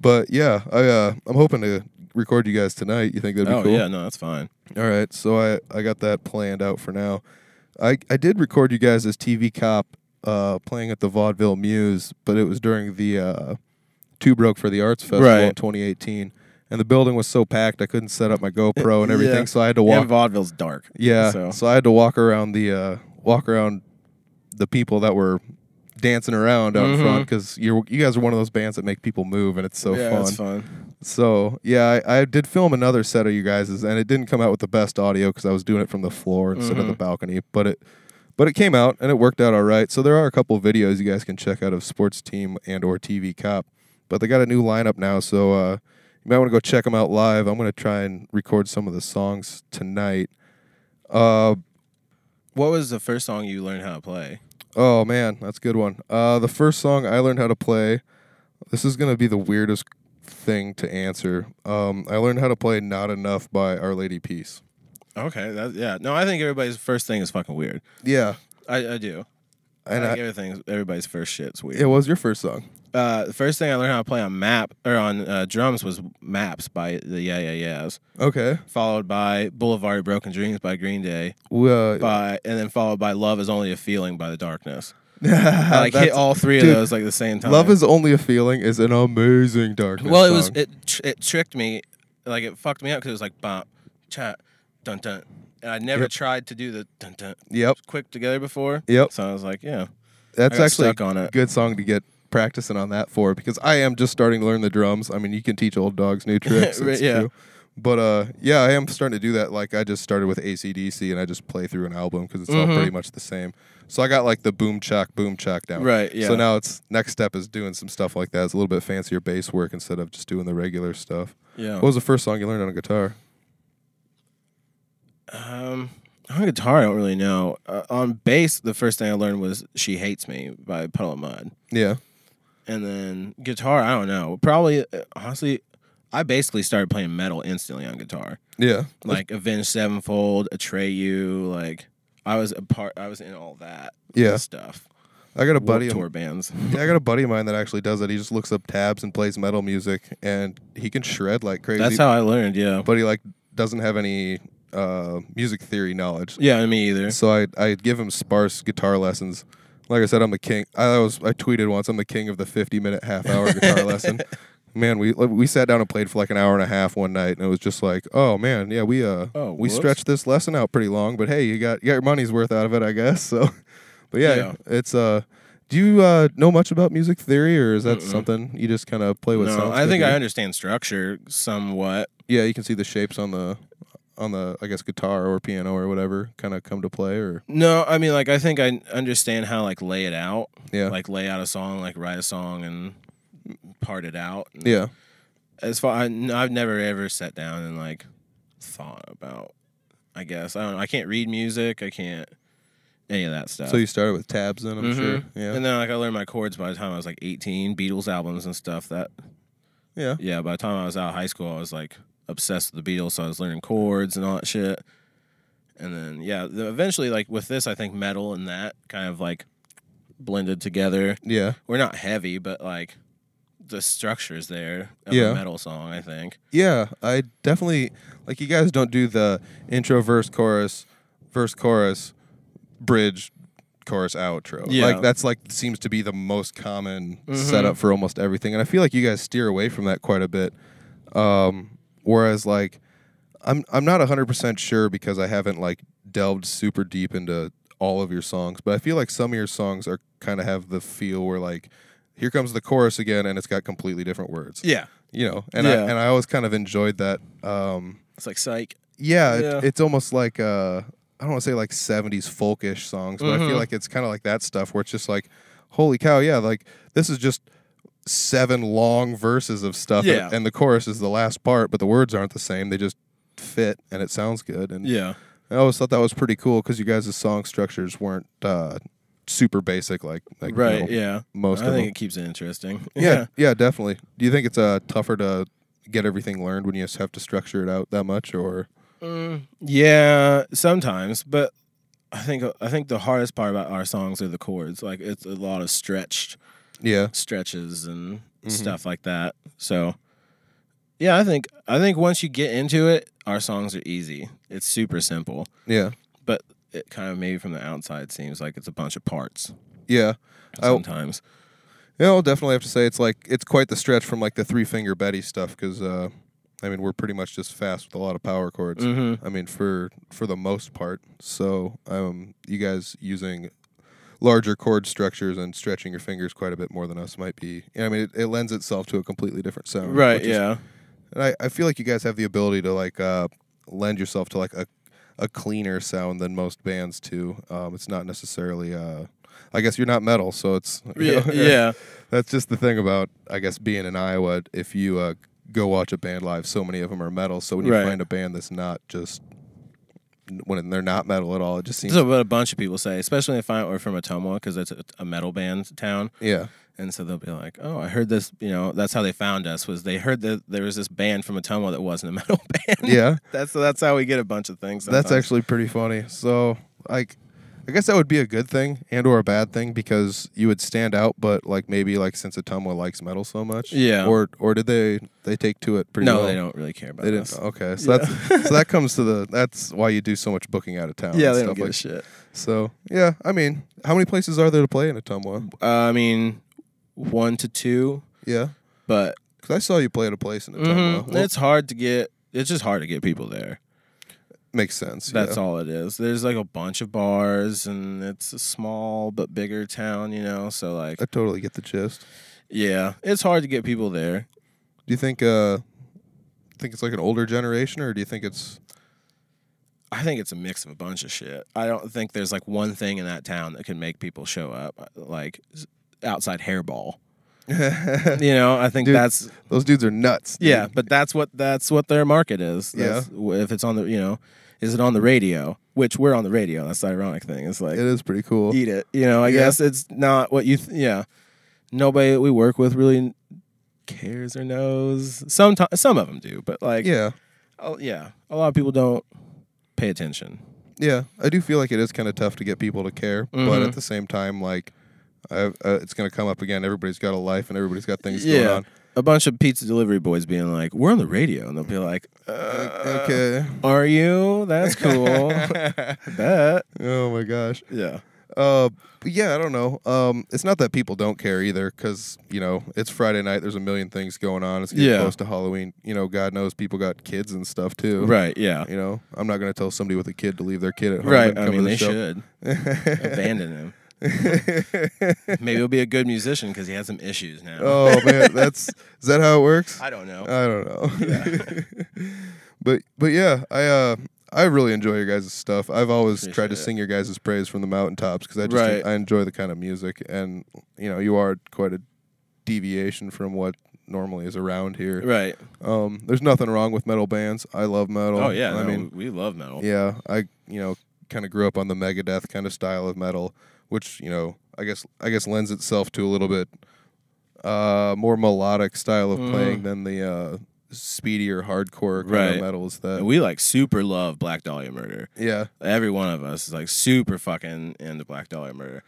S1: but yeah, I uh, I'm hoping to record you guys tonight. You think that'd be
S2: Oh
S1: cool?
S2: yeah, no, that's fine.
S1: All right, so I, I got that planned out for now. I, I did record you guys as TV Cop uh, playing at the Vaudeville Muse, but it was during the uh, Two Broke for the Arts Festival in
S2: Right.
S1: 2018, and the building was so packed I couldn't set up my GoPro and everything,
S2: Yeah.
S1: so I had to
S2: Yeah,
S1: walk.
S2: vaudeville's dark.
S1: Yeah,
S2: so,
S1: so I had to walk around the uh, walk around the people that were dancing around out
S2: Mhm.
S1: front because you're you guys are one of those bands that make people move and it's so
S2: yeah,
S1: fun.
S2: it's fun.
S1: So yeah, I, I did film another set of you guys's, and it didn't come out with the best audio because I was doing it from the floor instead of the balcony. But it, but it came out and it worked out all right. So there are a couple videos you guys can check out of Sports Team and or TV Cop. But they got a new lineup now, so uh, you might want to go check them out live. I'm gonna try and record some of the songs tonight. Uh,
S2: What was the first song you learned how to play?
S1: Oh man, that's a good one. Uh, the first song I learned how to play. This is gonna be the weirdest thing to answer. Um, I learned how to play "Not Enough" by Our Lady Peace.
S2: Okay, that, yeah. No, I think everybody's first thing is fucking weird.
S1: Yeah,
S2: I, I do.
S1: and
S2: I think
S1: I,
S2: everything's everybody's first shit's weird.
S1: it was your first song.
S2: Uh, the first thing I learned how to play on map or on uh, drums was Maps by the Yeah Yeah Yeahs,
S1: Okay.
S2: followed by Boulevard of Broken Dreams by Green Day,
S1: We, uh,
S2: by and then followed by Love Is Only a Feeling by The Darkness. I like hit
S1: that's-
S2: all three
S1: dude,
S2: of those like the same time.
S1: "Love Is Only a Feeling" is an amazing darkness.
S2: well, it was
S1: song.
S2: it tr- it tricked me, like it fucked me up because it was like bump, chat, dun dun, and I never
S1: Yep.
S2: tried to do the dun dun
S1: yep,
S2: quick together before.
S1: Yep.
S2: So I was like, yeah, I
S1: that's
S2: got
S1: actually
S2: stuck on
S1: a
S2: it.
S1: good song to get practicing on that for because I am just starting to learn the drums. I mean, you can teach old dogs new tricks.
S2: Right,
S1: it's
S2: yeah.
S1: true. But uh, yeah, I am starting to do that. Like I just started with ACDC and I just play through an album because it's all
S2: Mhm.
S1: pretty much the same. So I got like the boom chak boom chak down.
S2: Right, yeah.
S1: So now it's next step is doing some stuff like that. It's a little bit fancier bass work instead of just doing the regular stuff.
S2: Yeah.
S1: What was the first song you learned on a guitar?
S2: Um, on guitar, I don't really know. Uh, on bass, the first thing I learned was "She Hates Me" by Puddle of Mud,
S1: Yeah.
S2: and then guitar, I don't know. Probably, uh, honestly, I basically started playing metal instantly on guitar,
S1: Yeah.
S2: like Avenged Sevenfold, Atreyu, like I was a part. I was in all that.
S1: Yeah.
S2: stuff.
S1: I got a
S2: Warped
S1: buddy of
S2: tour bands.
S1: Yeah, I got a buddy of mine that actually does it. He just looks up tabs and plays metal music, and he can shred like crazy.
S2: That's how I learned. Yeah,
S1: but he like doesn't have any uh, music theory knowledge.
S2: yeah, me either.
S1: So I I give him sparse guitar lessons. Like I said, I'm the king. I was I tweeted once I'm the king of the 50 minute half hour guitar lesson. Man, we like, we sat down and played for like an hour and a half one night, and it was just like, oh man, yeah, we uh
S2: Oh,
S1: we
S2: whoops.
S1: stretched this lesson out pretty long, but hey, you got you got your money's worth out of it, I guess. So, but yeah,
S2: Yeah.
S1: it's uh. Do you uh, know much about music theory, or is that something you just kind of play with?
S2: No,
S1: sounds
S2: I
S1: good
S2: think
S1: to
S2: I
S1: you?
S2: understand structure somewhat.
S1: Yeah, you can see the shapes on the on the I guess guitar or piano or whatever kind of come to play or
S2: No, I mean, like I think I understand how like lay it out.
S1: yeah.
S2: like lay out a song, like write a song and part it out. And
S1: yeah.
S2: As far I, no, I've never ever sat down and like thought about. I guess I don't. know. I can't read music. I can't any of that stuff.
S1: So you started with tabs then, I'm
S2: Mhm.
S1: sure. Yeah.
S2: And then like I learned my chords by the time I was like 18. Beatles albums and stuff. That
S1: yeah.
S2: yeah. By the time I was out of high school, I was like obsessed with the Beatles. So I was learning chords and all that shit. And then yeah, the, eventually like with this, I think metal and that kind of like blended together
S1: Yeah.
S2: we're not heavy, but like the structure's there of
S1: Yeah.
S2: a metal song, I think.
S1: Yeah. I definitely like you guys don't do the intro verse chorus verse chorus bridge chorus outro.
S2: Yeah.
S1: Like that's like seems to be the most common setup for almost everything. And I feel like you guys steer away from that quite a bit. Um whereas like I'm I'm not 100% sure because I haven't like delved super deep into all of your songs, but I feel like some of your songs are kind of have the feel where like here comes the chorus again and it's got completely different words.
S2: Yeah.
S1: You know, and I
S2: Yeah.
S1: and I always kind of enjoyed that um
S2: It's like psych.
S1: yeah, it-
S2: Yeah.
S1: it's almost like uh, I don't want to say like '70s folkish songs, but I feel
S2: Mhm.
S1: like it's kind of like that stuff where it's just like, holy cow, yeah, like this is just seven long verses of stuff, and-
S2: Yeah.
S1: and, the chorus is the last part, but the words aren't the same; they just fit, and it sounds good. And
S2: Yeah.
S1: I always thought that was pretty cool because you guys' song structures weren't uh, super basic, like like you
S2: right.
S1: know,
S2: yeah.
S1: most
S2: I
S1: of
S2: think
S1: them.
S2: it keeps it interesting.
S1: Yeah, yeah, definitely. Do you think it's uh, tougher to get everything learned when you just have to structure it out that much, or
S2: Mm, yeah, sometimes, but I think I think the hardest part about our songs are the chords. Like it's a lot of stretched
S1: yeah?
S2: stretches and
S1: Mhm.
S2: stuff like that. So yeah, I think I think once you get into it, our songs are easy. It's super simple.
S1: Yeah,
S2: But it kind of maybe from the outside seems like it's a bunch of parts
S1: yeah. I-
S2: sometimes.
S1: Yeah, I'll definitely have to say it's like it's quite the stretch from like the three finger Betty stuff because uh, I mean we're pretty much just fast with a lot of power chords.
S2: Mm-hmm.
S1: I mean for for the most part. So um, you guys using larger chord structures and stretching your fingers quite a bit more than us might be. I mean, it, it lends itself to a completely different sound.
S2: Right.
S1: um, which is-
S2: Yeah.
S1: and I, I feel like you guys have the ability to like uh, lend yourself to like a a cleaner sound than most bands too. Um, it's not necessarily. Uh, I guess you're not metal, so it's you
S2: Yeah.
S1: know,
S2: yeah.
S1: That's just the thing about I guess being in Iowa. If you uh, go watch a band live, so many of them are metal. So when you
S2: Right.
S1: find a band that's not just when they're not metal at all, it just seems
S2: This is what a bunch of people say, especially if I, we're from Ottumwa, because it's a, a metal band town.
S1: yeah.
S2: And so they'll be like, "Oh, I heard this. You know, that's how they found us. Was they heard that there was this band from Ottumwa that wasn't a metal band?
S1: Yeah,
S2: that's that's how we get a bunch of things.
S1: that's
S2: sometimes.
S1: actually pretty funny. So like, I guess that would be a good thing and or a bad thing because you would stand out. But like maybe like since Atumwa likes metal so much,
S2: Yeah.
S1: Or or did they they take to it pretty
S2: no,
S1: well?
S2: they don't really care about
S1: They
S2: us.
S1: didn't. Okay, so that's so that comes to the that's why you do so much booking out of town.
S2: Yeah,
S1: and
S2: they
S1: stuff
S2: don't give
S1: like
S2: a shit.
S1: So yeah, I mean, how many places are there to play in Atumwa?
S2: Uh, I mean, one to two,
S1: Yeah,
S2: but
S1: because I saw you play at a place in Atumwa.
S2: mhm,
S1: Well,
S2: it's hard to get. It's just hard to get people there.
S1: makes sense.
S2: That's all it is. There's like a bunch of bars, and it's a small but bigger town, you know. So like,
S1: I totally get the gist.
S2: yeah, it's hard to get people there.
S1: Do you think uh, think it's like an older generation, or do you think it's
S2: I think it's a mix of a bunch of shit. I don't think there's like one thing in that town that can make people show up, like s- outside hairball. You know, I think
S1: Dude,
S2: that's
S1: those dudes are nuts? dude.
S2: yeah, but that's what that's what their market is. That's, if it's on the you know, is it on the radio? Which we're on the radio. That's the ironic thing. It's like
S1: it is pretty cool.
S2: eat it. You know, I
S1: Yeah.
S2: guess it's not what you. Th- yeah, nobody that we work with really cares or knows. Sometimes some of them do, but like
S1: Yeah,
S2: oh, yeah, a lot of people don't pay attention.
S1: yeah. I do feel like it is kind of tough to get people to care, but
S2: Mhm.
S1: at the same time, like. I, uh, it's going to come up again. Everybody's got a life and everybody's got things going
S2: Yeah.
S1: on.
S2: a bunch of pizza delivery boys being like, "We're on the radio," and they'll be like,
S1: Uh,
S2: uh,
S1: okay.
S2: are you? That's cool." I bet.
S1: oh my gosh.
S2: Yeah,
S1: Uh, but yeah, I don't know. Um, it's not that people don't care either, because you know it's Friday night. There's a million things going on. It's getting
S2: Yeah.
S1: close to Halloween. You know, God knows people got kids and stuff too.
S2: right. Yeah,
S1: You know, I'm not gonna tell somebody with a kid to leave their kid at home.
S2: right.
S1: and
S2: I
S1: come to
S2: mean,
S1: the
S2: they
S1: show.
S2: should abandon him. Maybe he'll be a good musician because he has some issues now.
S1: oh Uh, man, that's is that how it works?
S2: I don't know.
S1: I don't know. but but yeah, I uh I really enjoy your guys' stuff. I've always tried to
S2: Appreciate it.
S1: sing your guys' praise from the mountaintops because I just
S2: Right.
S1: I enjoy the kind of music and you know you are quite a deviation from what normally is around here.
S2: right.
S1: Um, there's nothing wrong with metal bands. I love metal.
S2: Oh yeah.
S1: I
S2: no,
S1: mean
S2: we love metal.
S1: yeah, I you know kind of grew up on the Megadeth kind of style of metal, which you know I guess I guess lends itself to a little bit uh, more melodic style of
S2: Mm.
S1: playing than the uh, speedier hardcore kind of
S2: Right.
S1: metals that
S2: And we like super love Black Dahlia Murder.
S1: yeah
S2: Every one of us is like super fucking into Black Dahlia Murder.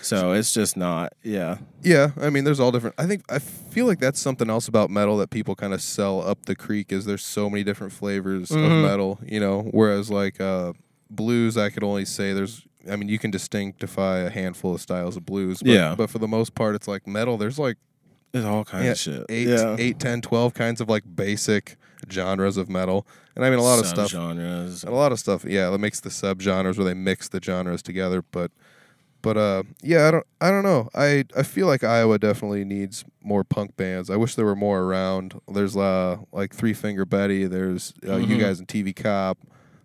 S2: So it's just not. Yeah.
S1: yeah I mean there's all different I think I feel like that's something else about metal that people kind of sell up the creek is there's so many different flavors of
S2: Mhm.
S1: metal you know whereas like uh, blues I could only say there's I mean you can distinctify a handful of styles of blues but,
S2: Yeah.
S1: but for the most part it's like metal there's like
S2: There's all kinds
S1: Yeah,
S2: of shit.
S1: eight,
S2: yeah.
S1: eight, 10, 12 kinds of like basic genres of metal. And I mean, a lot of stuff,
S2: genres.
S1: a lot of stuff. Yeah. That makes the subgenres where they mix the genres together. But, but, uh, yeah, I don't, I don't know. I, I feel like Iowa definitely needs more punk bands. I wish there were more around. There's, uh, like Three Finger Betty. There's, uh, you
S2: Mhm.
S1: guys in TV Cop.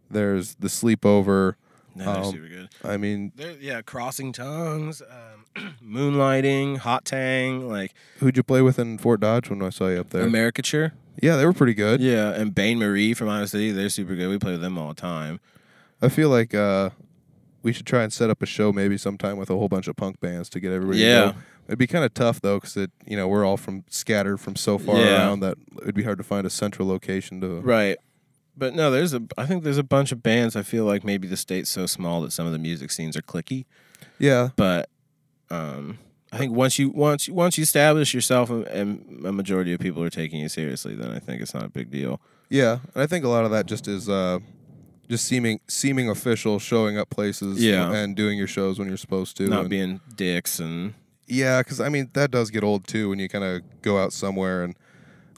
S1: There's The Sleepover.
S2: No, they're
S1: um,
S2: super good.
S1: I mean,
S2: There, yeah, crossing tongues, um, moonlighting, hot tang, like
S1: who'd you play with in Fort Dodge when I saw you up there?
S2: Americature.
S1: yeah, they were pretty good.
S2: Yeah, and Bain Marie from Iowa City. They're super good. We play with them all the time.
S1: I feel like uh, we should try and set up a show maybe sometime with a whole bunch of punk bands to get everybody. to go.
S2: Yeah.
S1: it'd be kind of tough though, because it you know we're all from scattered from so far
S2: Yeah.
S1: around that it'd be hard to find a central location to.
S2: Right. But no, there's a. I think there's a bunch of bands. I feel like maybe the state's so small that some of the music scenes are clicky.
S1: Yeah,
S2: But um, I think once you once you, once you establish yourself and, and a majority of people are taking you seriously, then I think it's not a big deal.
S1: yeah, and I think a lot of that just is uh, just seeming seeming official, showing up places,
S2: Yeah.
S1: and doing your shows when you're supposed to.
S2: Not
S1: and-
S2: being dicks and
S1: Yeah, because I mean that does get old too when you kind of go out somewhere and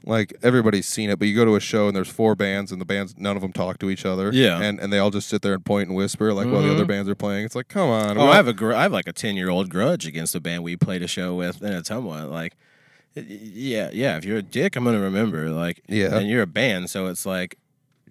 S1: like everybody's seen it, but you go to a show and there's four bands and the bands none of them talk to each other.
S2: Yeah.
S1: and and they all just sit there and point and whisper like while the
S2: Mhm.
S1: other bands are playing. It's like, come on.
S2: Oh,
S1: we-
S2: I have a gr- I have like a ten year old grudge against a band we played a show with in Atumwa. Like, y- yeah, yeah. If you're a dick, I'm gonna remember. Like,
S1: Yeah.
S2: and you're a band, so it's like,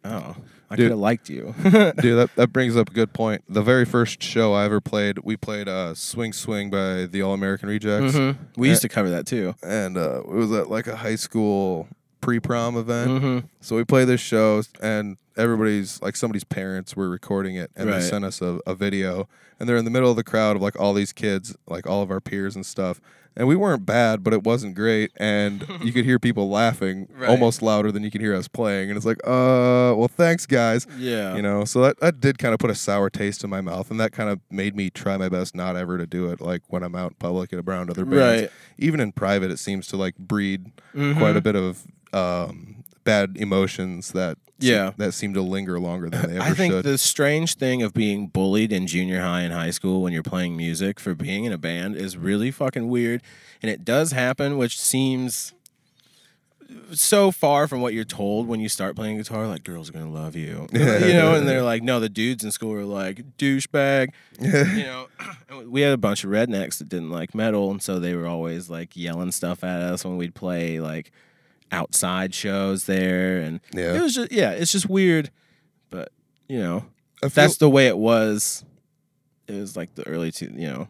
S2: oh, I
S1: Dude.
S2: could have liked you.
S1: Dude, that, that brings up a good point. The very first show I ever played, we played uh, "Swing Swing" by the All American Rejects,
S2: Mm-hmm. We used to cover that too.
S1: and uh, it was at like a high school pre-prom event.
S2: Mm-hmm.
S1: So we play this show, and everybody's like somebody's parents were recording it, and
S2: Right.
S1: they sent us a, a video, and they're in the middle of the crowd of like all these kids, like all of our peers and stuff. And we weren't bad, but it wasn't great, and you could hear people laughing
S2: Right.
S1: almost louder than you could hear us playing, and it's like, uh, well, thanks guys,
S2: Yeah.
S1: you know. So that that did kind of put a sour taste in my mouth, and that kind of made me try my best not ever to do it, like when I'm out in public and around other bands,
S2: Right.
S1: even in private, it seems to like breed quite
S2: Mm-hmm.
S1: a bit of um, bad emotions that se-
S2: Yeah.
S1: that seem to linger longer than they ever
S2: I think
S1: should.
S2: the strange thing of being bullied in junior high and high school when you're playing music for being in a band is really fucking weird, and it does happen, which seems so far from what you're told when you start playing guitar. Like girls are gonna love you, you know, and they're like, no, the dudes in school are like douchebag, you know. And we had a bunch of rednecks that didn't like metal, and so they were always like yelling stuff at us when we'd play like outside shows there, and
S1: Yeah.
S2: it was just yeah, it's just weird, but you know
S1: I feel,
S2: that's the way it was. It was like the early two, you know.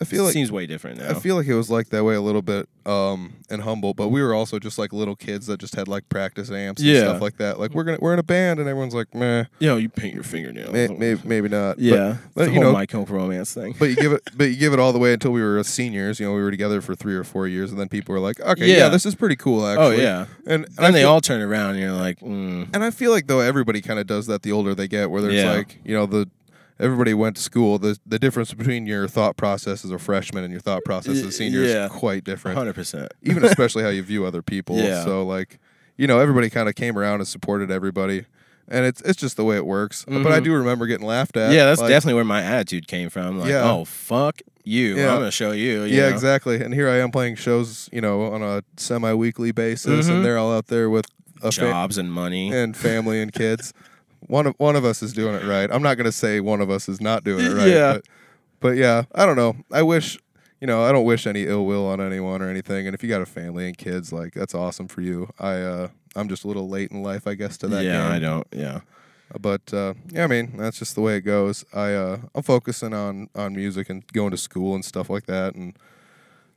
S1: I feel like
S2: seems way different now.
S1: I feel like it was like that way a little bit um, and humble, but we were also just like little kids that just had like practice amps and
S2: Yeah.
S1: stuff like that. Like we're gonna we're in a band, and everyone's like, meh,
S2: you know, you paint your fingernails.
S1: may, maybe maybe not. But-
S2: yeah,
S1: but,
S2: the
S1: you
S2: whole
S1: know-
S2: My Chemical Romance thing.
S1: But you give it, but you give it all the way until we were seniors. You know, we were together for three or four years, and then people were like, "Okay, yeah,
S2: Yeah.
S1: this is pretty cool,
S2: oh
S1: actually."
S2: yeah,
S1: and, and
S2: and
S1: I
S2: they
S1: feel-
S2: all turn around and you're like, mm,
S1: And I feel like though everybody kind of does that the older they get, where there's
S2: Yeah.
S1: like you know the everybody went to school. The the difference between your thought process as a freshman and your thought process as a
S2: Y-
S1: senior
S2: yeah.
S1: is quite different,
S2: hundred percent.
S1: even especially how you view other people.
S2: Yeah.
S1: So like you know everybody kind of came around and supported everybody, and it's it's just the way it works. But I
S2: Mhm.
S1: do remember getting laughed at.
S2: Yeah, that's
S1: like-
S2: definitely where my attitude came from. Like,
S1: Yeah.
S2: oh fuck you,
S1: Yeah.
S2: I'm gonna show you. you
S1: Yeah,
S2: know?
S1: exactly. And here I am playing shows, you know, on a semi-weekly basis,
S2: Mhm.
S1: and they're all out there with a fa-
S2: Jobs and money.
S1: and family and kids. One of one of us is doing it right. I'm not gonna say one of us is not doing it right.
S2: Yeah.
S1: But, but yeah, I don't know. I wish you know, I don't wish any ill will on anyone or anything. And if you got a family and kids, like that's awesome for you. I uh I'm just a little late in life, I guess, to that
S2: yeah,
S1: game.
S2: I don't. Yeah,
S1: But uh, yeah, I mean, that's just the way it goes. I uh, I'm focusing on on music and going to school and stuff like that, and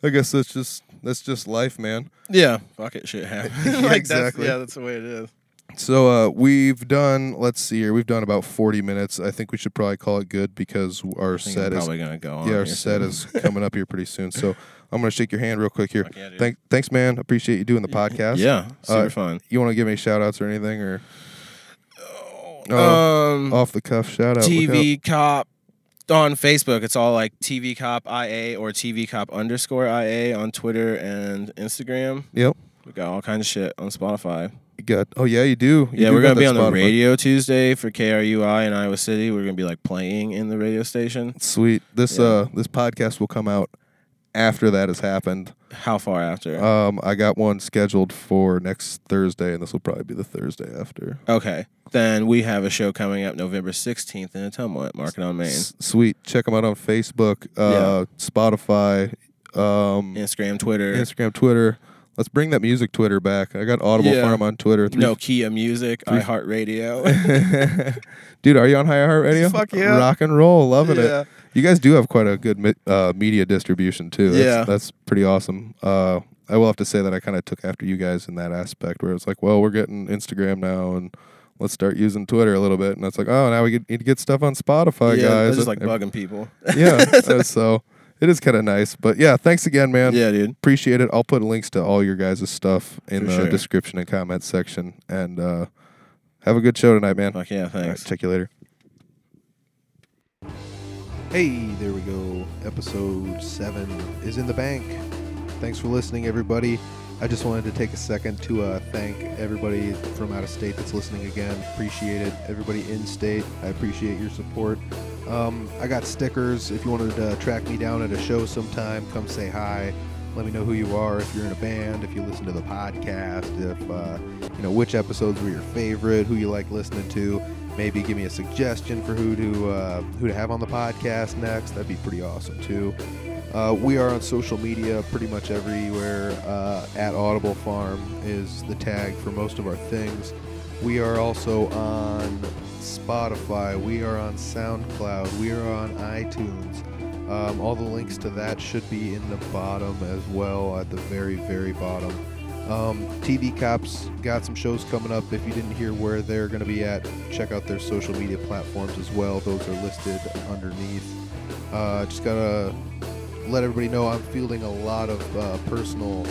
S1: I guess that's just that's just life, man.
S2: yeah. Fuck it, shit happens.
S1: Yeah,
S2: Like, that's-
S1: exactly.
S2: Yeah, that's the way it is.
S1: So uh, we've done. Let's see here. We've done about forty minutes. I think we should probably call it good because our
S2: I think I'm
S1: set is
S2: probably gonna go on.
S1: yeah, our
S2: here
S1: set
S2: soon.
S1: is coming up here pretty soon. So I'm gonna shake your hand real quick here.
S2: Fuck yeah, dude.
S1: Thank, thanks, man. Appreciate you doing the podcast.
S2: Yeah, super
S1: Uh,
S2: fun.
S1: You want to give any shout outs or anything or Oh,
S2: Um,
S1: off the cuff shout out?
S2: TV Cop on Facebook. It's all like TV Cop IA or TV Cop underscore IA on Twitter and Instagram.
S1: Yep.
S2: We got all kinds of shit on Spotify.
S1: You got. Oh yeah, you do. You
S2: yeah,
S1: do
S2: we're
S1: got
S2: gonna be on
S1: that
S2: the
S1: Spotify.
S2: radio Tuesday for KRUI in Iowa City. We're gonna be like playing in the radio station.
S1: Sweet. This
S2: Yeah.
S1: uh this podcast will come out after that has happened.
S2: How far after?
S1: Um I got one scheduled for next Thursday and this will probably be the Thursday after.
S2: okay. Then we have a show coming up November sixteenth in Atumwa at Market on Main.
S1: S- sweet. Check them out on Facebook, uh Spotify, um
S2: Instagram, Twitter.
S1: Instagram, Twitter. Let's bring that music Twitter back. I got Audible
S2: Yeah.
S1: Farm on Twitter. Three-
S2: no, Kia Music, iHeartRadio.
S1: Dude, are you on High Heart Radio?
S2: Fuck yeah.
S1: Rock and roll, loving
S2: Yeah.
S1: it. You guys do have quite a good mi- uh, media distribution too. That's,
S2: Yeah.
S1: that's pretty awesome. Uh, I will have to say that I kind of took after you guys in that aspect where it's like, well, we're getting Instagram now and let's start using Twitter a little bit, and it's like, oh, now we get, need to get stuff on Spotify,
S2: yeah,
S1: guys.
S2: this is like
S1: And-
S2: bugging people.
S1: yeah, uh, so it is kind of nice. But yeah, thanks again, man.
S2: yeah, dude.
S1: Appreciate it. I'll put links to all your guys' stuff in
S2: For
S1: the
S2: sure.
S1: description and comment section. And uh, have a good show tonight, man.
S2: Fuck yeah,
S1: All
S2: thanks.
S1: right, check you later. Hey, there we go. Episode 7 is in the bank. Thanks for listening, everybody. I just wanted to take a second to uh, thank everybody from out of state that's listening again. Appreciate it. Everybody in state, I appreciate your support. Um, I got stickers. If you wanted to track me down at a show sometime, come say hi. Let me know who you are, if you're in a band, if you listen to the podcast, if uh, you know which episodes were your favorite, who you like listening to. Maybe give me a suggestion for who to uh, who to have on the podcast next. That'd be pretty awesome too. Uh, we are on social media pretty much everywhere. Uh, at Audible Farm is the tag for most of our things. We are also on Spotify. We are on SoundCloud. We are on iTunes. Um, all the links to that should be in the bottom as well, at the very, very bottom. Um, TV Cops got some shows coming up. If you didn't hear where they're going to be at, check out their social media platforms as well. Those are listed underneath. Uh, just got to let everybody know I'm fielding a lot of uh, personal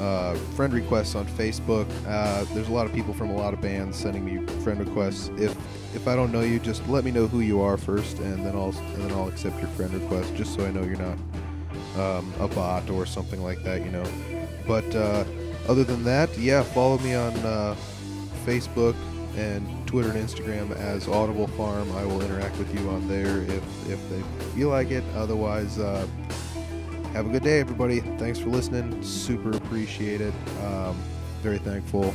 S1: uh, friend requests on Facebook. Uh, there's a lot of people from a lot of bands sending me friend requests. If if I don't know you, just let me know who you are first, and then I'll and then I'll accept your friend request, just so I know you're not um, a bot or something like that, you know. But uh, other than that, yeah, follow me on uh, Facebook and Twitter and Instagram as Audible Farm. I will interact with you on there if if they feel like it. Otherwise. Uh, have a good day, everybody. Thanks for listening. Super appreciate it. Um, very thankful.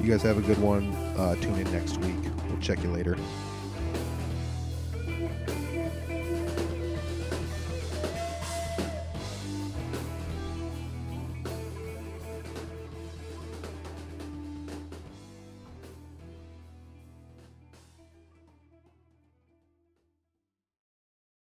S1: You guys have a good one. Uh, tune in next week. We'll check you later.